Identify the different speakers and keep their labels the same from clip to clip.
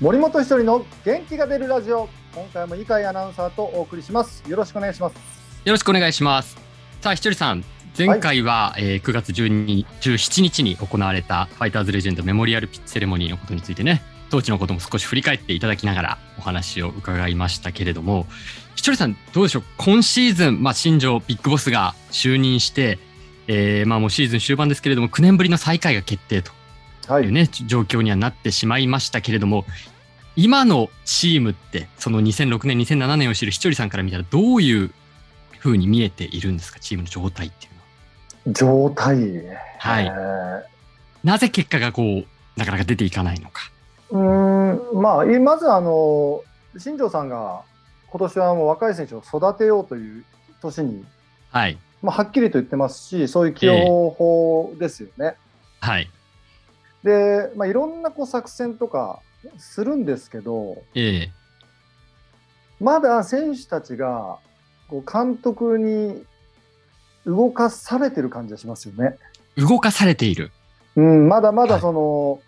Speaker 1: 森本一人の元気が出るラジオ今回も井海アナウンサーとお送りしますよろしくお願いします
Speaker 2: よろしくお願いします。さあ、ひとりさん、前回は、えー9月12 17日に行われたファイターズレジェンドメモリアルピッチセレモニーのことについてね、当時のことも少し振り返っていただきながらお話を伺いましたけれども、ひとりさん、どうでしょう、今シーズン、まあ、新庄ビッグボスが就任して、えーまあ、もうシーズン終盤ですけれども、9年ぶりの再開が決定と
Speaker 1: は
Speaker 2: というね、状況にはなってしまいましたけれども、今のチームって、その2006年、2007年を知るひとりさんから見たら、どういうふうに見えているんですか、チームの状態っていうのは。
Speaker 1: 状態ね
Speaker 2: はい
Speaker 1: えー
Speaker 2: なぜ結果がこう、なかなか出ていかないのか。
Speaker 1: うーんまあいまずあの新庄さんが今年はもう若い選手を育てようという年に
Speaker 2: はい、
Speaker 1: まあはっきりと言ってますしそういう起用法ですよね、
Speaker 2: はい、
Speaker 1: でまあいろんなこう作戦とかするんですけど
Speaker 2: ええ
Speaker 1: まだ選手たちがこう監督に動かされてる感じがしますよね。
Speaker 2: 動かされている。
Speaker 1: うん、まだま
Speaker 2: は
Speaker 1: だ
Speaker 2: い
Speaker 1: その、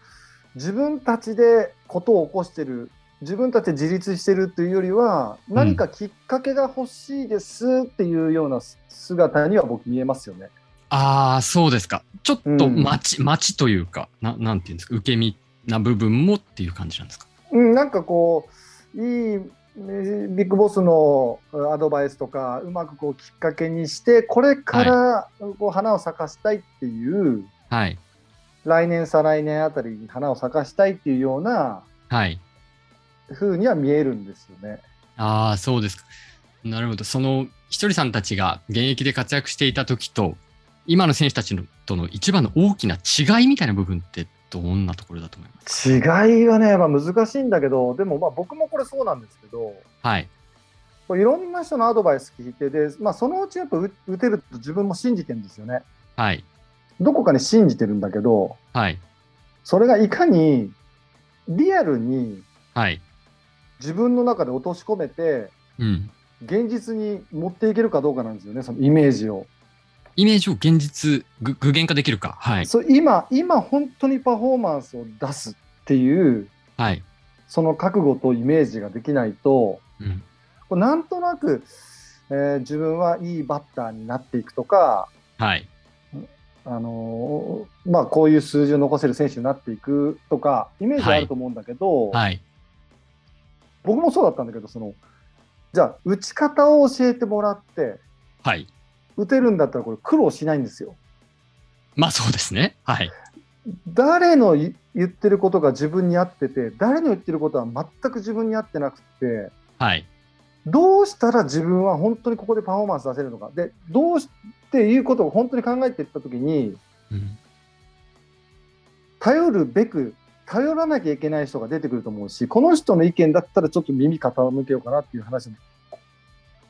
Speaker 1: 自分たちでことを起こしてる自分たちで自立してるというよりは
Speaker 2: ん
Speaker 1: 何かきっかけが欲しいですっていうような姿には僕見えますよね。
Speaker 2: ああ、そうですか。ちょっと
Speaker 1: うん
Speaker 2: 待ち、待ちというか、ななんていうんですか、受け身な部分もっていう感じなんですか。
Speaker 1: うん、なんかこういいえービッグボスのうんアドバイスとかうまくこうきっかけにしてこれからこう花を咲かしたいっていう、
Speaker 2: はい、
Speaker 1: 来年再来年あたりに花を咲かしたいっていうような
Speaker 2: はい。
Speaker 1: 風には見えるんですよね。
Speaker 2: ああ、そうですか。なるほど。その、ひとりさんたちが現役で活躍していた時と、今の選手たちのとの一番の大きな違いみたいな部分って、どんなところだと思います
Speaker 1: 違いはね、まあ、難しいんだけどでもまあ僕もこれそうなんですけど
Speaker 2: はい。
Speaker 1: こういろんな人のアドバイス聞いてで、まあ、そのうちやっぱ打打てると自分も信じてるんですよね。
Speaker 2: はい。
Speaker 1: どこかに信じてるんだけど
Speaker 2: はい。
Speaker 1: それがいかにリアルに
Speaker 2: はい。
Speaker 1: 自分の中で落とし込めて
Speaker 2: うん。
Speaker 1: 現実に持っていけるかどうかなんですよねそのイメージを。
Speaker 2: イメージを現実、ぐ具現化できるか。はい。
Speaker 1: そう今今本当にパフォーマンスを出すっていう
Speaker 2: はい。
Speaker 1: その覚悟とイメージができないと、
Speaker 2: うん。
Speaker 1: こうなんとなく、えー自分はいいバッターになっていくとか、
Speaker 2: はい。
Speaker 1: あのーまあ、こういう数字を残せる選手になっていくとか、イメージはあると思うんだけど、
Speaker 2: はい。
Speaker 1: 僕もそうだったんだけど、そのじゃあ、打ち方を教えてもらって、
Speaker 2: はい。
Speaker 1: 打てるんだったらこれ苦労しないんですよ。
Speaker 2: まあそうですね。はい。
Speaker 1: 誰のい言ってることが自分に合ってて、誰の言ってることは全く自分に合ってなくて、
Speaker 2: はい。
Speaker 1: どうしたら自分は本当にここでパフォーマンス出せるのか、でどうしていうことを本当に考えていったときに、
Speaker 2: うん。
Speaker 1: 頼るべく、頼らなきゃいけない人が出てくると思うし、この人の意見だったらちょっと耳傾けようかなっていう話も、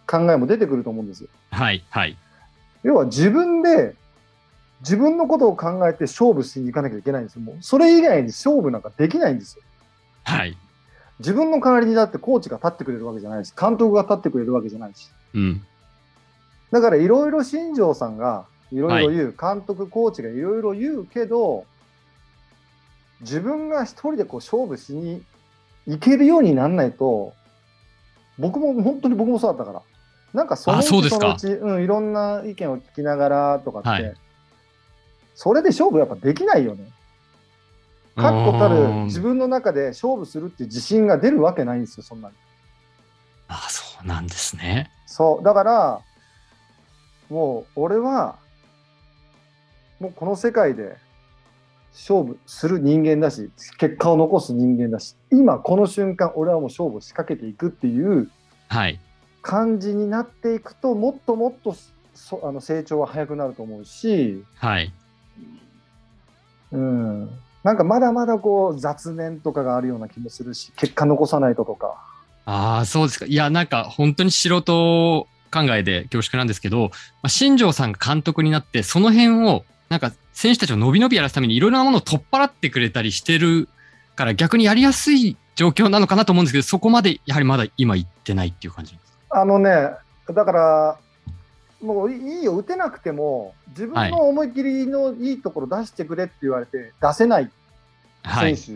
Speaker 1: 考えも出てくると思うんですよ。
Speaker 2: はい。はい。
Speaker 1: 要は自分で、自分のことを考えて勝負しに行かなきゃいけないんですよ。もうそれ以外に勝負なんかできないんですよ。
Speaker 2: はい。
Speaker 1: 自分の代わりにだってコーチが立ってくれるわけじゃないし、監督が立ってくれるわけじゃないし。
Speaker 2: うん。
Speaker 1: だからいろいろ新庄さんがいろいろ言う、監督、コーチがいろいろ言うけど、自分が一人でこう勝負しに行けるようにならないと、僕も本当に僕もそうだったから、なんかそのう
Speaker 2: あ
Speaker 1: ち
Speaker 2: そうです
Speaker 1: そのう
Speaker 2: か
Speaker 1: ち、うん、いろんな意見を聞きながらとかって、
Speaker 2: はい
Speaker 1: それで勝負やっぱできないよね。確固た
Speaker 2: う
Speaker 1: る
Speaker 2: ーん
Speaker 1: 自分の中で勝負するっていう自信が出るわけないんですよ、そんなに。
Speaker 2: あ、そうなんですね。
Speaker 1: そう、だから、もう俺は、もうこの世界で勝負する人間だし、結果を残す人間だし、今この瞬間、俺はもう勝負を仕掛けていくっていう
Speaker 2: はい。
Speaker 1: 感じになっていくと、もっともっとそあの成長は早くなると思うし、
Speaker 2: はい。
Speaker 1: うん、なんかまだまだこう雑念とかがあるような気もするし、結果残さないととか。
Speaker 2: ああ、そうですか。いや、なんか本当に素人考えで恐縮なんですけど、まあ、新庄さんが監督になって、その辺を、なんか選手たちを伸び伸びやらすためにいろいろなものを取っ払ってくれたりしてるから、逆にやりやすい状況なのかなと思うんですけど、そこまでやはりまだ今行ってないっていう感じなんですか。
Speaker 1: あのね、だから、もういいよ、打てなくても、自分の思い切りのいいところ出してくれって言われて、出せない
Speaker 2: は
Speaker 1: 選
Speaker 2: い。
Speaker 1: 手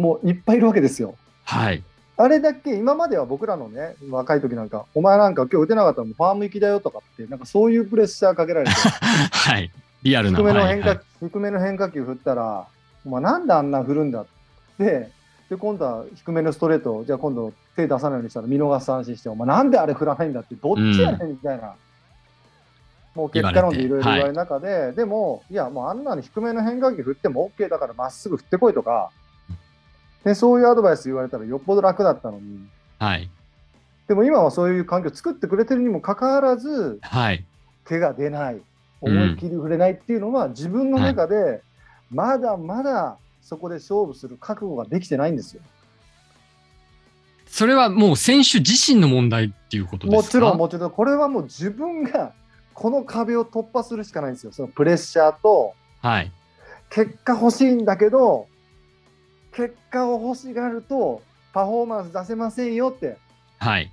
Speaker 1: もういっぱいいるわけですよ。
Speaker 2: はい。
Speaker 1: あれだけ今までは僕らのね若い時なんかお前なんか今日打てなかったらもうファーム行きだよとかってなんかそういうプレッシャーかけられて
Speaker 2: はい。リアルな。
Speaker 1: 低めの変
Speaker 2: はいは
Speaker 1: 化
Speaker 2: い
Speaker 1: 低めの変化球振ったらお前なんであんな振るんだってで今度は低めのストレートをじゃあ今度手出さないようにしたら見逃し三振してお前なんであれ振らないんだってどっちやねんみたいな、もう結果論でいろいろ言われる中で、でもいやもうあんなの低めの変化球振っても OK だからまっすぐ振ってこいとかでそういうアドバイス言われたらよっぽど楽だったのに。
Speaker 2: はい。
Speaker 1: でも今はそういう環境を作ってくれてるにもかかわらず
Speaker 2: はい。
Speaker 1: 手が出ない
Speaker 2: うん
Speaker 1: 思いっきり触れないっていうのは、自分の中でまだまだそこで勝負する覚悟ができてないんですよ。
Speaker 2: それはもう選手自身の問題っていうことで
Speaker 1: も
Speaker 2: すか
Speaker 1: ちろんもちろんこれはもう自分がこの壁を突破するしかないんですよ。そのプレッシャーと
Speaker 2: はい。
Speaker 1: 結果欲しいんだけど結果を欲しがるとパフォーマンス出せませんよって
Speaker 2: はい。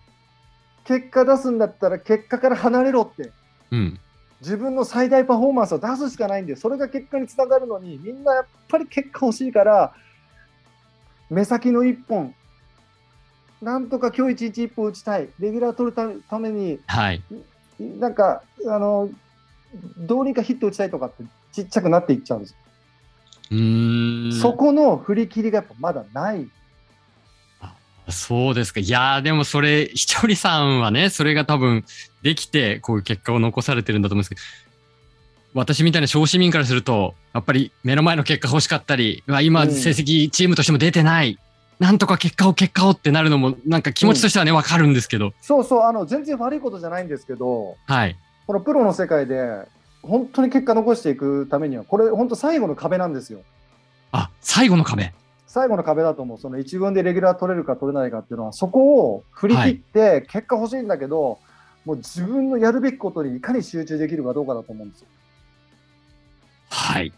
Speaker 1: 結果出すんだったら結果から離れろって
Speaker 2: うん。
Speaker 1: 自分の最大パフォーマンスを出すしかないんでそれが結果につながるのにみんなやっぱり結果欲しいから目先の1本なんとか今日一日1本打ちたいレギュラー取るたために
Speaker 2: はい。
Speaker 1: なんかあのどうにかヒット打ちたいとかってちっちゃくなっていっちゃうんです、
Speaker 2: うーん。
Speaker 1: そこの振り切りがやっぱまだない
Speaker 2: そうですか。いやー、でもそれ、ひとりさんはね、それが多分できて、こういう結果を残されてるんだと思うんですけど、私みたいな小市民からすると、やっぱり目の前の結果欲しかったり、うわ今
Speaker 1: うん
Speaker 2: 成績チームとしても出てない、なんとか結果を結果をってなるのも、なんか気持ちとしてはね、わかるんですけど、
Speaker 1: そうそうあの全然悪いことじゃないんですけど
Speaker 2: はい。
Speaker 1: このプロの世界で本当に結果残していくためにはこれ本当最後の壁なんですよ
Speaker 2: あ、最後の壁。
Speaker 1: 最後の壁だと思う、その1軍でレギュラー取れるか取れないかっていうのは、そこを振り切って、結果欲しいんだけど、もう自分のやるべきことにいかに集中できるかどうかだと思うんですよ。
Speaker 2: はい。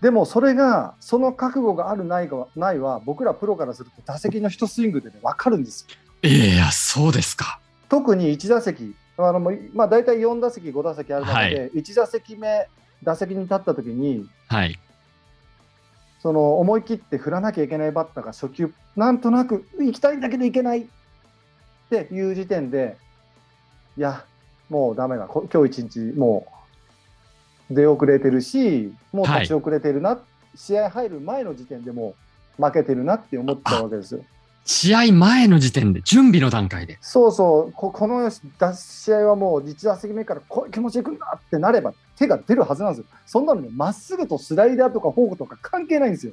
Speaker 1: でもそれが、その覚悟があるないかないは、僕らプロからすると、打席の一スイングで、ね、分かるんですよ。
Speaker 2: えー、いや、そうですか。
Speaker 1: 特に1打席、あのもうまあ、大体4打席、5打席ある中で、1打席目、打席に立った時に、
Speaker 2: はい。
Speaker 1: その思い切って振らなきゃいけないバッターが初球なんとなく行きたいんだけど行けないっていう時点でいやもうダメだこ今日一日もう出遅れてるしもう立ち遅れてるな、試合入る前の時点でもう負けてるなって思ったわけですよ。
Speaker 2: 試合前の時点で、準備の段階で。
Speaker 1: そうそうここのだ試合はもう1打席目からこういう気持ちでいくんだってなれば手が出るはずなんですよ。そんなのねまっすぐとスライダーとかフォークとか関係ないんですよ。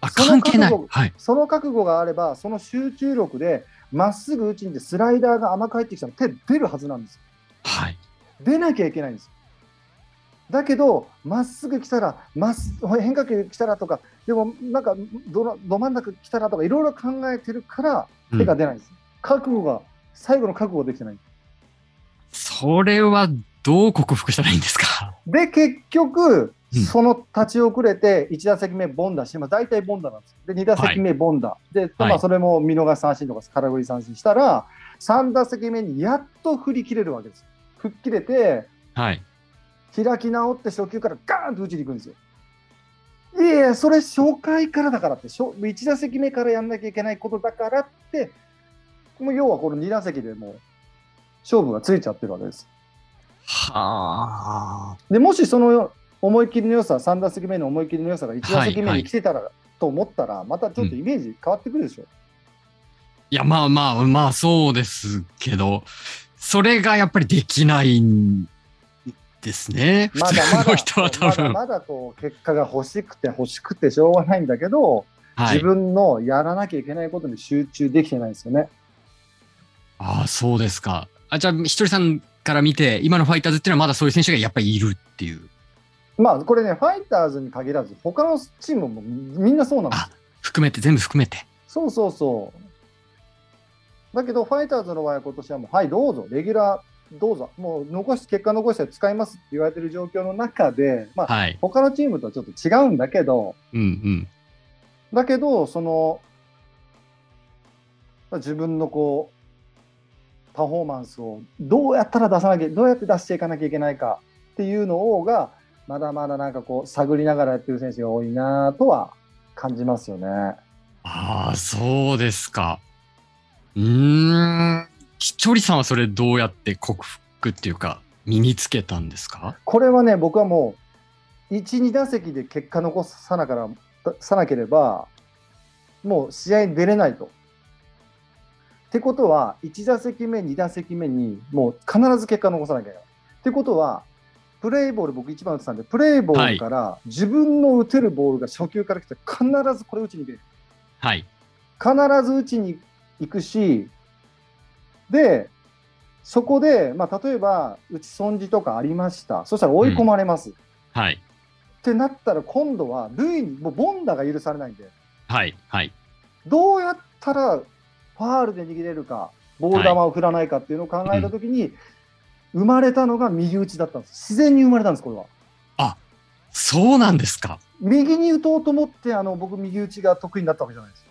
Speaker 2: あ、
Speaker 1: その
Speaker 2: 関係ない
Speaker 1: 覚。悟
Speaker 2: はい。
Speaker 1: その覚悟があれば、その集中力で、まっすぐ打ちに行ってスライダーが甘く入ってきたら手出るはずなんです。
Speaker 2: はい。
Speaker 1: 出なきゃいけないんです。だけど、まっすぐ来たら、まっす変化球来たらとか、でもなんかどのど真ん中来たらとか、いろいろ考えてるから
Speaker 2: うん
Speaker 1: 手が出ないんです。覚悟が、最後の覚悟ができてない。
Speaker 2: それはどう克服したらいいんですか
Speaker 1: で、結局
Speaker 2: うん、
Speaker 1: その立ち遅れて、1打席目、ボンダして、まあ、大体ボンダなんです。で、2打席目、ボンダ。で、ま
Speaker 2: はい
Speaker 1: あ、それも見逃し三振とか、空振り三振したら、3打席目にやっと振り切れるわけです。吹っ切れて、
Speaker 2: はい。
Speaker 1: 開き直って、初球からガーンと打ちに行くんですよ。いやいや、それ初回からだからって、1打席目からやんなきゃいけないことだからって、もう要はこの2打席でもう、勝負がついちゃってるわけです。
Speaker 2: はあ。
Speaker 1: でもしその思い切りの良さ、3打席目の思い切りの良さが1打席目に来てたら、と思ったら、またちょっとイメージ変わってくるでしょ。
Speaker 2: いや、まあまあ、まあそうですけど、それがやっぱりできないんですね。 普
Speaker 1: まだま
Speaker 2: 通の人は
Speaker 1: だ、
Speaker 2: 多
Speaker 1: まだ
Speaker 2: 分。
Speaker 1: まだこう結果が欲しくて欲しくてしょうがないんだけど、
Speaker 2: は
Speaker 1: 自
Speaker 2: い。
Speaker 1: 分のやらなきゃいけないことに集中できてないんですよね。
Speaker 2: ああ、そうですか。あ、じゃあ、ひとりさんから見て、今のファイターズっていうのはまだそういう選手がやっぱりいるっていう。
Speaker 1: まあこれね、ファイターズに限らず、他のチームもみんなそうなんですよ。
Speaker 2: 含めて、全部含めて。
Speaker 1: そうそうそう。だけど、ファイターズの場合は今年はもう、はい、どうぞ、レギュラー、どうぞ、もう残し結果残して使いますって言われてる状況の中で、まあ、
Speaker 2: はい。
Speaker 1: 他のチームとはちょっと違うんだけど、
Speaker 2: うんうん。
Speaker 1: だけど、その、まあ自分のこう、パフォーマンスをどうやったら出さなきゃ、どうやって出していかなきゃいけないかっていうのをが、まだまだなんかこう、探りながらやってる選手が多いなとは感じますよね。
Speaker 2: あああ、そうですか。うーん。きちょりさんはそれどうやって克服っていうか、身につけたんですか
Speaker 1: これはね、僕はもう、1、2打席で結果残さなからさなければ、もう試合に出れないと。ってことは、1打席目、2打席目に、もう必ず結果残さなきゃいけない。ってことは、プレーボール、僕一番打ってたんで、プレーボールから自分の打てるボールが初球から来て、必ずこれ打ちに出る。
Speaker 2: はい。
Speaker 1: 必ず打ちに行くし、で、そこで、まあ、例えば、打ち損じとかありました。そしたら追い込まれます。っ
Speaker 2: はい。
Speaker 1: てなったら、今度は、塁に、もうボンダが許されないんで、
Speaker 2: はい。はい。
Speaker 1: どうやったらファールで逃げれるか、ボール球を振らないかっていうのを考えたときに、生まれたのが右打ちだったんです。自然に生まれたんです、これは。
Speaker 2: そうなんですか。
Speaker 1: 右に打とうと思って、あの僕、右打ちが得意になったわけじゃないです。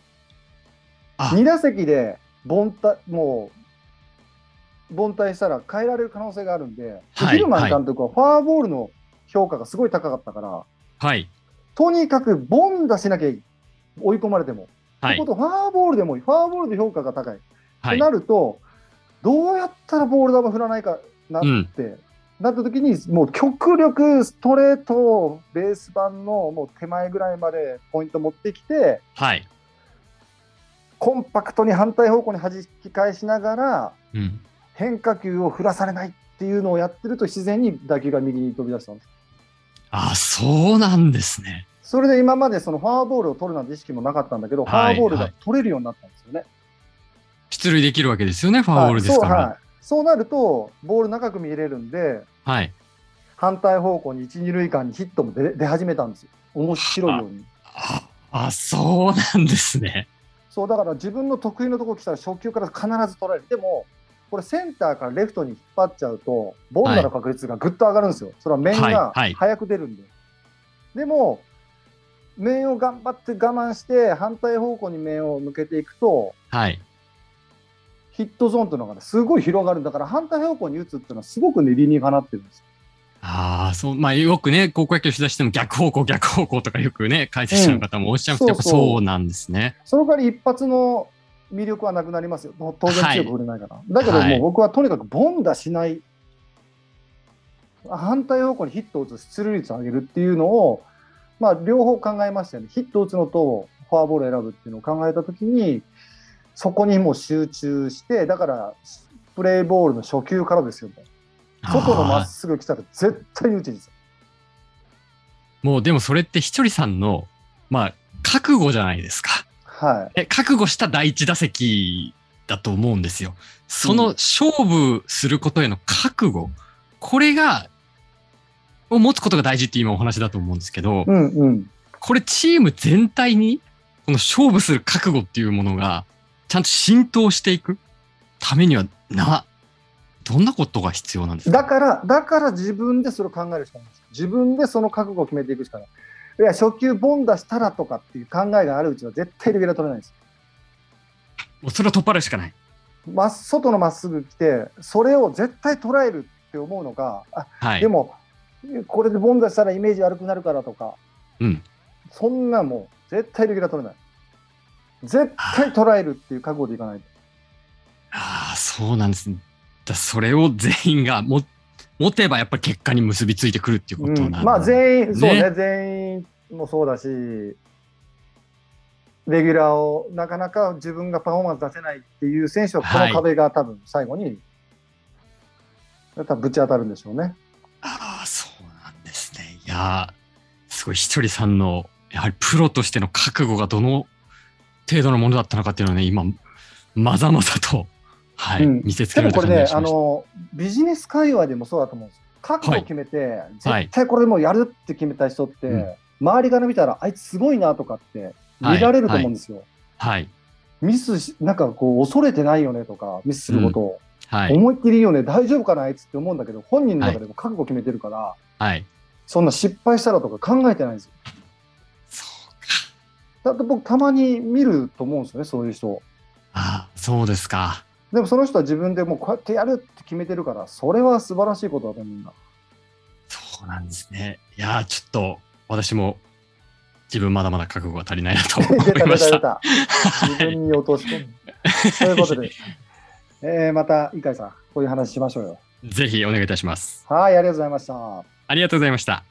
Speaker 2: あ
Speaker 1: 2打席で凡退、もう、凡退したら変えられる可能性があるんで、で
Speaker 2: はい
Speaker 1: ヒルマン監督はファーボールの評価がすごい高かったから、
Speaker 2: はい。
Speaker 1: とにかくボン出しなきゃいい追い込まれても。
Speaker 2: は
Speaker 1: っ
Speaker 2: い
Speaker 1: て。ことはファーボールでもいい、ファーボールで評価が高い。っ
Speaker 2: は
Speaker 1: て
Speaker 2: い。
Speaker 1: なると、どうやったらボール球振らないかなっ
Speaker 2: うん。
Speaker 1: て、なった時に、もう極力ストレートをベース板のもう手前ぐらいまでポイント持ってきて、
Speaker 2: はい。
Speaker 1: コンパクトに反対方向に弾き返しながら、
Speaker 2: うん。
Speaker 1: 変化球を振らされないっていうのをやってると、自然に打球が右に飛び出したんです。
Speaker 2: あ、そうなんですね。
Speaker 1: それで今までそのフォアボールを取るなんて意識もなかったんだけど、
Speaker 2: はい
Speaker 1: フォアボール
Speaker 2: は
Speaker 1: が
Speaker 2: い
Speaker 1: 取れるようになったんですよね。
Speaker 2: 出塁できるわけですよね、フォアボールです
Speaker 1: は
Speaker 2: か
Speaker 1: いそう
Speaker 2: ら。
Speaker 1: はいそうなると、ボール長く見えれるんで、
Speaker 2: はい。
Speaker 1: 反対方向に一二塁間にヒットも出出始めたんですよ、面白いように。
Speaker 2: あ、あそうなんですね。
Speaker 1: そうだから自分の得意のところ来たら初球から必ず取られる、でもこれ、センターからレフトに引っ張っちゃうと、ボールの確率がぐっと上がるんですよ、それは面が
Speaker 2: はいはい
Speaker 1: 早く出るんで。でも、面を頑張って我慢して、反対方向に面を向けていくと、
Speaker 2: はい。
Speaker 1: ヒットゾーンというのが、ね、すごい広がるんだから、反対方向に打つっていうのは、すごくね、理にかなってるんですよ。
Speaker 2: ああ、そう、まあ、よくね、高校野球取材しても逆方向、逆方向とかよくね、解説者の方もおっしゃいますけど、
Speaker 1: うん
Speaker 2: やっぱ
Speaker 1: そうそう
Speaker 2: そうなんですね。
Speaker 1: その代わり一発の魅力はなくなりますよ、当然強く振れないから。だけど
Speaker 2: は
Speaker 1: も
Speaker 2: いう
Speaker 1: 僕はとにかくボンダしない、反対方向にヒットを打つ、出塁率を上げるっていうのを、まあ、両方考えましたよね、ヒットを打つのとフォアボールを選ぶっていうのを考えたときに、そこにもう集中して、だからプレーボールの初球からですよ、もう外のま
Speaker 2: あ
Speaker 1: っすぐ来たら絶対に打ちにする
Speaker 2: ーもう、でもそれってひとりさんの、まあ、覚悟じゃないですか。
Speaker 1: はい
Speaker 2: え覚悟した第一打席だと思うんですよ。その勝負することへの覚悟、これが、を持つことが大事って今お話だと思うんですけど、
Speaker 1: うんうん
Speaker 2: これチーム全体に、この勝負する覚悟っていうものが、ちゃんと浸透していくためには、な、どんなことが必要なんです
Speaker 1: だ
Speaker 2: か
Speaker 1: から、だから自分でそれを考えるしかないんです。自分でその覚悟を決めていくしかない。いや、初球ボン出したらとかっていう考えがあるうちは絶対レギュラー取れないんです。
Speaker 2: もうそれを取っ払うしかない。
Speaker 1: まっ外のまっすぐ来て、それを絶対捉えるって思うのか、あ
Speaker 2: はい
Speaker 1: で。も、これでボン出したらイメージ悪くなるからとか、
Speaker 2: うん。
Speaker 1: そんなもう絶対レギュラー取れない。絶対捉えるっていう覚悟でいかないと。
Speaker 2: ああ、そうなんですね。だそれを全員がも持てば、やっぱり結果に結びついてくるっていうことなん
Speaker 1: う
Speaker 2: で
Speaker 1: ん、
Speaker 2: すね、
Speaker 1: まあ全員、そうね
Speaker 2: ね
Speaker 1: 全員もそうだし、レギュラーをなかなか自分がパフォーマンス出せないっていう選手は、こ
Speaker 2: はい
Speaker 1: の壁が多分最後に、多分ぶち当たるんでしょうね。
Speaker 2: ああ、そうなんですね。いやー、すごい、ひとりさんの、やはりプロとしての覚悟がどの程度のものだったのかっていうのはね、今、まざまざと、はい、
Speaker 1: うん
Speaker 2: 見せつけ
Speaker 1: で
Speaker 2: ら
Speaker 1: も
Speaker 2: れた
Speaker 1: これ
Speaker 2: 感じが
Speaker 1: ね、あ
Speaker 2: しまし
Speaker 1: のビジネス界隈でもそうだと思うんですよ。覚悟を決めて、
Speaker 2: はい
Speaker 1: 絶対これもうやるって決めた人って、
Speaker 2: うん
Speaker 1: 周りから見たら、あいつすごいなとかって
Speaker 2: はい
Speaker 1: 見られると思うんですよ。
Speaker 2: た。はい、
Speaker 1: ミスし、なんかこう、恐れてないよねとか、ミスすることを。
Speaker 2: はい、
Speaker 1: 思いっきりいいよね、大丈夫かな、あいつって思うんだけど、本人の中でも覚悟決めてるから、
Speaker 2: はい。
Speaker 1: そんな失敗したらとか考えてないんですよ。
Speaker 2: そう
Speaker 1: だって僕、たまに見ると思うんですよね、そういう人。
Speaker 2: ああ、そうですか。
Speaker 1: でもその人は自分でもうこうやってやるって決めてるから、それは素晴らしいことだと思うんだ。
Speaker 2: そうなんですね。いやー、ちょっと、私も、自分まだまだ覚悟が足りないなと
Speaker 1: 出
Speaker 2: 思
Speaker 1: た
Speaker 2: いま
Speaker 1: 出
Speaker 2: し
Speaker 1: 出
Speaker 2: たた。
Speaker 1: た。自分に落とし 込む。ということで、えーまた、井海さん、こういう話しましょうよ。
Speaker 2: ぜひお願いいたします。
Speaker 1: はい、ありがとうございました。
Speaker 2: ありがとうございました。